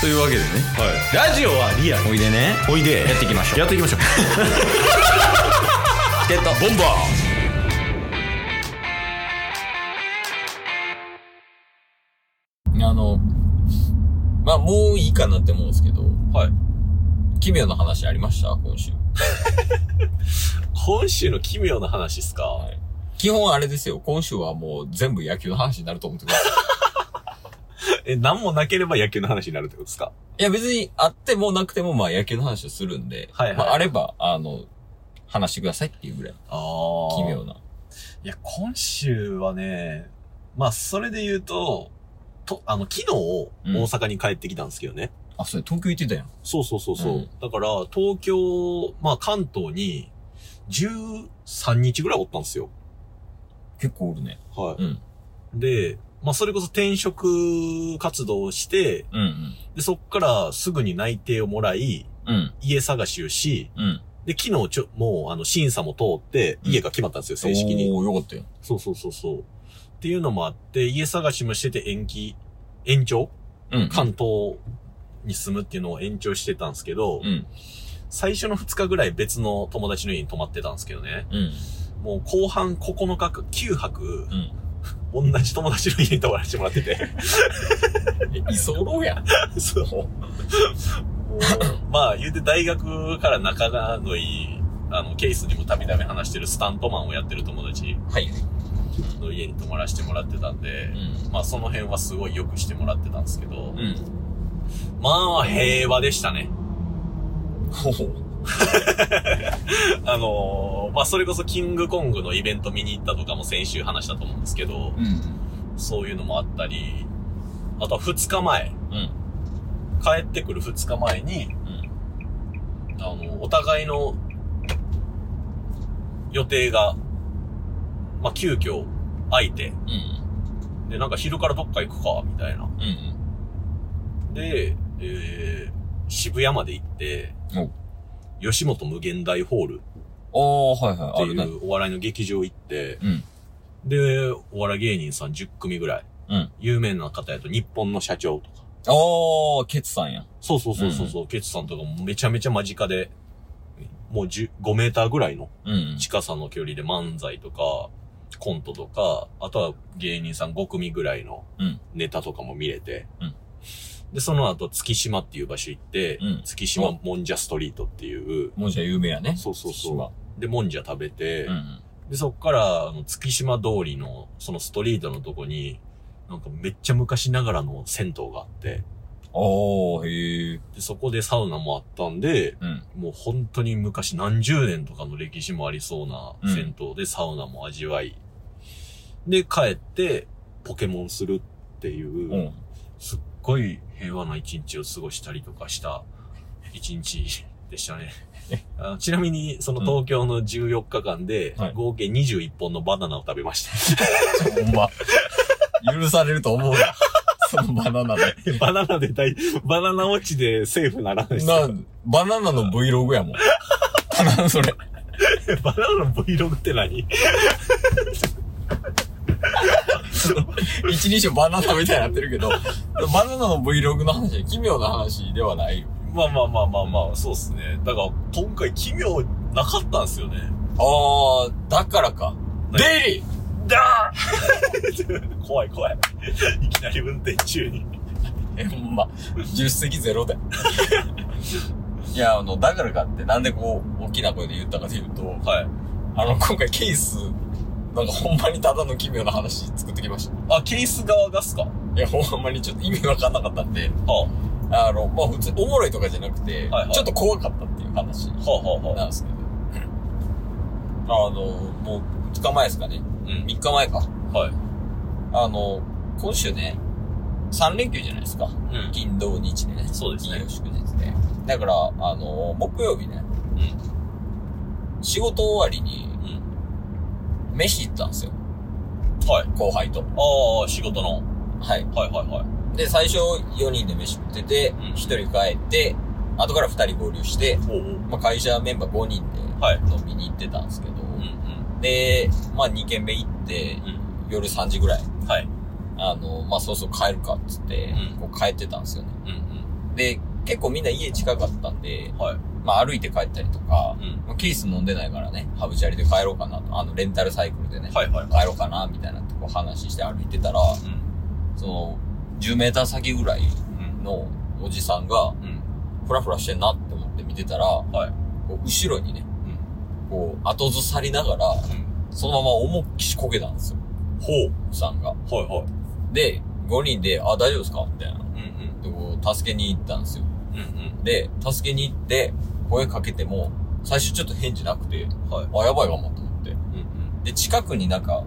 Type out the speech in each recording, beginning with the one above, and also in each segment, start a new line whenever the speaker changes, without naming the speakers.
というわけでね
ラジオはリアル
おいでね
おいで
やっていきましょう
やっていきましょう
チケットボンバーあのまあもういいかなって思うんですけど
はい
奇妙な話ありました今週
今週の奇妙な話っすか、
基本あれですよ今週はもう全部野球の話になると思ってくださ い
え、なんもなければ野球の話になるってことですか
いや別にあってもなくてもまあ野球の話をするんで、
はいはい
まあ、あればあの話してくださいっていうぐらい
ああ
奇妙な。
いや、今週はね、まあ、それで言うと、と、あの、昨日、
う
大
ん
阪に帰ってきたんですけどね。
あ、それ東京行ってたやん。
そうそうそうそう。
うん
だから、東京、まあ、関東に、13日ぐらいおったんですよ。
結構おるね。
は
うん。
い。で、まあ、それこそ転職活動をして、
うんうん。
で、そっからすぐに内定をもらい、
うん。
家探しをし、
うん。
で、昨日ちょ、もう、あの、審査も通って、家が決まったんですよ、正式に。
おー、よかったよ。
そうそうそうそう。っていうのもあって、家探しもしてて延期、延長
うん。
関東に住むっていうのを延長してたんですけど、
うん。
最初の2日ぐらい別の友達の家に泊まってたんですけどね。
うん。
もう後半9日か9泊、
うん。
同じ友達の家に泊まらせてもらってて。
え居候やん。
そう。もう まあ言うて大学から仲がのいい、あの、ケースにもたびたび話してるスタントマンをやってる友達
はい。
の家に泊まらせてもらってたんで、
う
まあその辺はすごいよくしてもらってたんですけど、
ん。うん。
まあ平和でしたね。
ほほ。
あのーまあそれこそキングコングのイベント見に行ったとかも先週話したと思うんですけど、
うん。
そういうのもあったり、あとは2日前、
うん。
帰ってくる2日前に、あの、お互いの予定が、まあ急遽空いて、
うん。
で、なんか昼からどっか行くか、みたいな。
うん。
で、えー、渋谷まで行って
お、
吉本無限大ホール
おー、はいは
って
い。あるね。
いうお笑いの劇場行って、
うん。
で、お笑い芸人さん10組ぐらい。
うん
有名な方やと日本の社長とか。
おー、ケツさんや。
そうそうそうそうそう、ケツさんとかもめちゃめちゃ間近で、もう10 5メーターぐらいの
うん。
近さの距離で漫才とか、コントとか、あとは芸人さん5組ぐらいの
うん
ネタとかも見れて。
うん
で、その後月島っていう場所行って、
うん
月島もんじゃストリートっていう、
もんじゃ有名やね。
そうそう
島
そ。う。で、もんじゃ食べて、
うん。
で、そっから、あの、月島通りの、そのストリートのとこに、なんかめっちゃ昔ながらの銭湯があって、
おー、へー。
で、そこでサウナもあったんで、
うん。
もう本当に昔何十年とかの歴史もありそうな銭湯でサウナも味わい。で、帰って、ポケモンするっていう、
うん。
すっごい平和な一日を過ごしたりとかした一日でしたね。あのちなみに、その東京の14日間で
はい、
合計21本のバナナを食べました。
ほんま。許されると思うな。そのバナナで。
バナナで大、バナナ落ちでセーフならないです
な
か、
バナナの Vlog やもん。な、それ。
バナナの Vlog って何
一人称バナナみたいになってるけど、バナナの Vlog の話、奇妙な話ではないよ。
まあまあまあまあまあ、そうっすね。だから、今回奇妙なかったんすよね。
あー、だからか。デイリー
だー 怖い怖い。いきなり運転中に。
え、ほんま、10席ゼロで。 いや、あの、だからかって、なんでこう、大きな声で言ったかというと、
はい。
あの、今回ケース、なんかほんまにただの奇妙な話作ってきました。
あ、ケース側がっすか
いや、ほんまにちょっと意味わかんなかったんで、
はあ、は
あの、まあ、普通、おもろいとかじゃなくて、
はいはい
ちょっと怖かったっていう話
あ、はあ、は
なん
あ。
ですけど、あの、もう、2日前ですかね。
うん。
3日前か。
はい。
あの、今週ね、3連休じゃないですか。
うん。
金土日でね。
そうですね
金曜祝日で。だから、あの、木曜日ね、仕事終わりに
うん。うん。
飯行ったんですよ。
はい。
後輩と。
ああ、仕事の。
はい。
はいはいはい。
で、最初4人で飯食ってて、
ん
1人帰って、後から2人合流して、
おうおう。
まあ、会社メンバー5人で
はい。
飲みに行ってたんですけど、
うんうん。
で、まあ、2軒目行って、
うん。
夜3時ぐらい、
はい。
あの、まあ、そうそう帰るかっつって
う、ん
こう帰ってたんですよね。
うんうん。
で、結構みんな家近かったんで、
はい。
まあ歩いて帰ったりとか、
うん。
まあ、キース飲んでないからね、ハブチャリで帰ろうかなと、あの、レンタルサイクルでね、
はいはい。
帰ろうかな、みたいなとこ話して歩いてたら、
うん。
その、10メーター先ぐらい
うん。
のおじさんが、
うん。
フラフラしてんなって思って見てたら、
はい。
こう後ろにね、
うん。
こう、後ずさりながら、
うん。
そのまま重っきしこけたんですよ、
ほ
おじさんが。
う。はいはい。
で、5人で、あ、大丈夫ですかみたいな。
うんうん。
で、こう、助けに行ったんですよ。
うん
で、助けに行って、声かけても、最初ちょっと返事なくて、
うん。はい。
あ、やばいかもと思って。
うんうん。
で、近くになんか、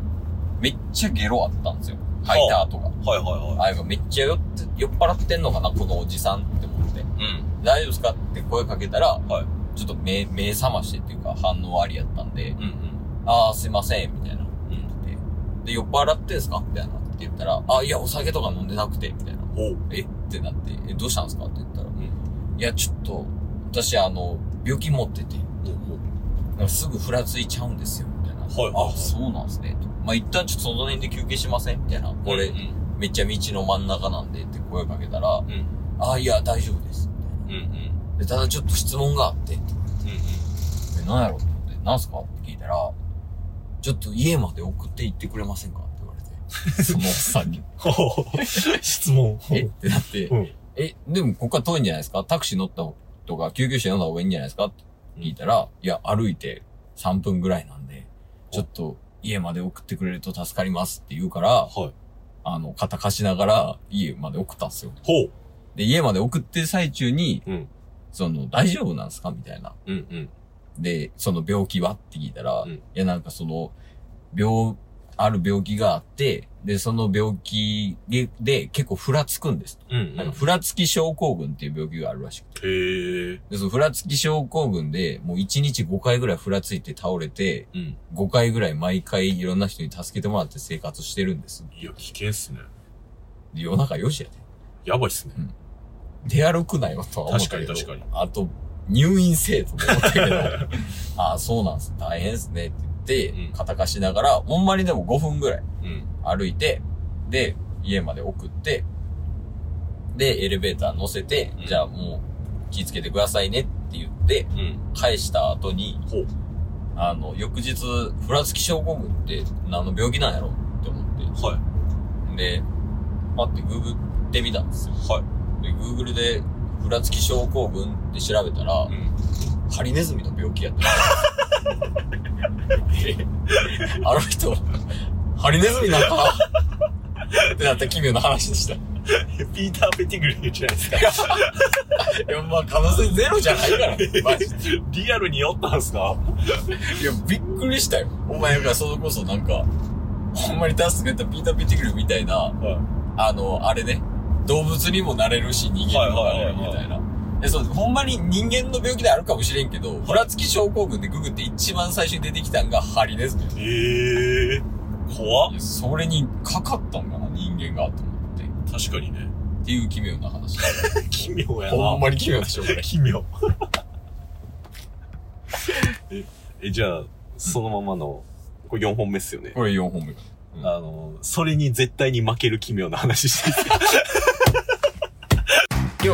めっちゃゲロあったんですよ。吐いた跡が。
はいはいは
あ、やっぱめっちゃ酔って、酔っ払ってんのかな、このおじさんって思って。
い。うん。
大丈夫ですかって声かけたら、
はい。
ちょっと目、目覚ましてっていうか反応ありやったんで、
うんうん。
ああ、すいません、みたいな。
うん。
で、で酔っ払ってんすかみたいな。って言ったら、あ、いや、お酒とか飲んでなくて、みたいな。
ほう。
えってなって、え、どうしたんですかって言ったら、
うん。
いや、ちょっと、私、あの、病気持ってて、なんかすぐふらついちゃうんですよ、みたいな。
はいはいはい
あ、そうなんですね。とまあ、一旦ちょっとその辺で休憩しませんみたいな。こ
これ、
れ
う、ん。
めっちゃ道の真ん中なんでって声かけたら、
うん。
あ、いや、大丈夫です。みたい
うんうん。
なでただちょっと質問があって、
うん
え、なんやろと思って、なんすかって聞いたら、ちょっと家まで送って行ってくれませんかって言われ て。そのおっさんに。
うん。質問。
えってなって
う、ん。
え、でもここから遠いんじゃないですかタクシー乗った方とか救急車呼んだ方がいいんじゃないですかって聞いたら、いや、歩いて3分ぐらいなんで、ちょっと家まで送ってくれると助かりますって言うから、
はい。
あの、肩貸しながら家まで送ったんですよ。
ほう。
で、家まで送ってる最中に、
うん。
その、大丈夫なんですかみたいな。
うんうん。
で、その病気はって聞いたら、
うん
いやなんかその、病、ある病気があって、で、その病気でで結構ふらつくんですと。
うん
なんかふらつき症候群っていう病気があるらしくて。
へえ。
で、そのふらつき症候群で、もう1日5回ぐらいふらついて倒れて、
うん。
5回ぐらい毎回いろんな人に助けてもらって生活してるんです。
いや、危険っすね。
で夜中4時や
やばいっすね。
で。出歩くなよとは思ったけど。
確かに確
あと、入院せえとも思ったけ ど、ああ、そうなんす。大変ですねって言って、
うん
肩貸しながら、ほんまにでも5分ぐらい
うん。
歩いて、で、家まで送って、で、エレベーター乗せて、
うん
じゃあもう気ぃつけてくださいねって言って、
うん。
返した後に、
ほう。
あの、翌日、ふらつき症候群って何の病気なんやろって思っ
はい。
て。で、パってググってみたんですよ。
はい。
で、グーグルで、ふらつき症候群って調べたら、
うん。
ハリネズミの病気やった。あの人、ハリネズミなんかなってなった奇妙な話でした。い
ピーター・ペティグリーじゃないですか。
や、まあ可能性ゼロじゃないから、マジで。
リアルに酔ったんすか
いや、びっくりしたよ。お前がそれこそなんか、ほんまに助けたピーター・ピティグルみたいな、
は
あの、あれね、動物にもなれるし、人間にもなれるみ
はいはい
た
はい
な。え、そう、ほんまに人間の病気であるかもしれんけど、ふらつき症候群でググって一番最初に出てきたんがハリネズミ。
い。へえ。怖っ
いやそれにかかったんかな、人間が、と思って。っ
確かにね。
ていう奇妙な話。
奇妙やな。
ほんまに奇妙でしょ、これ。
奇妙。え、えじゃあ、そのままの、これ4本目っすよね。
これ4本目か。うん
あの、それに絶対に負ける奇妙な話して
今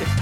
す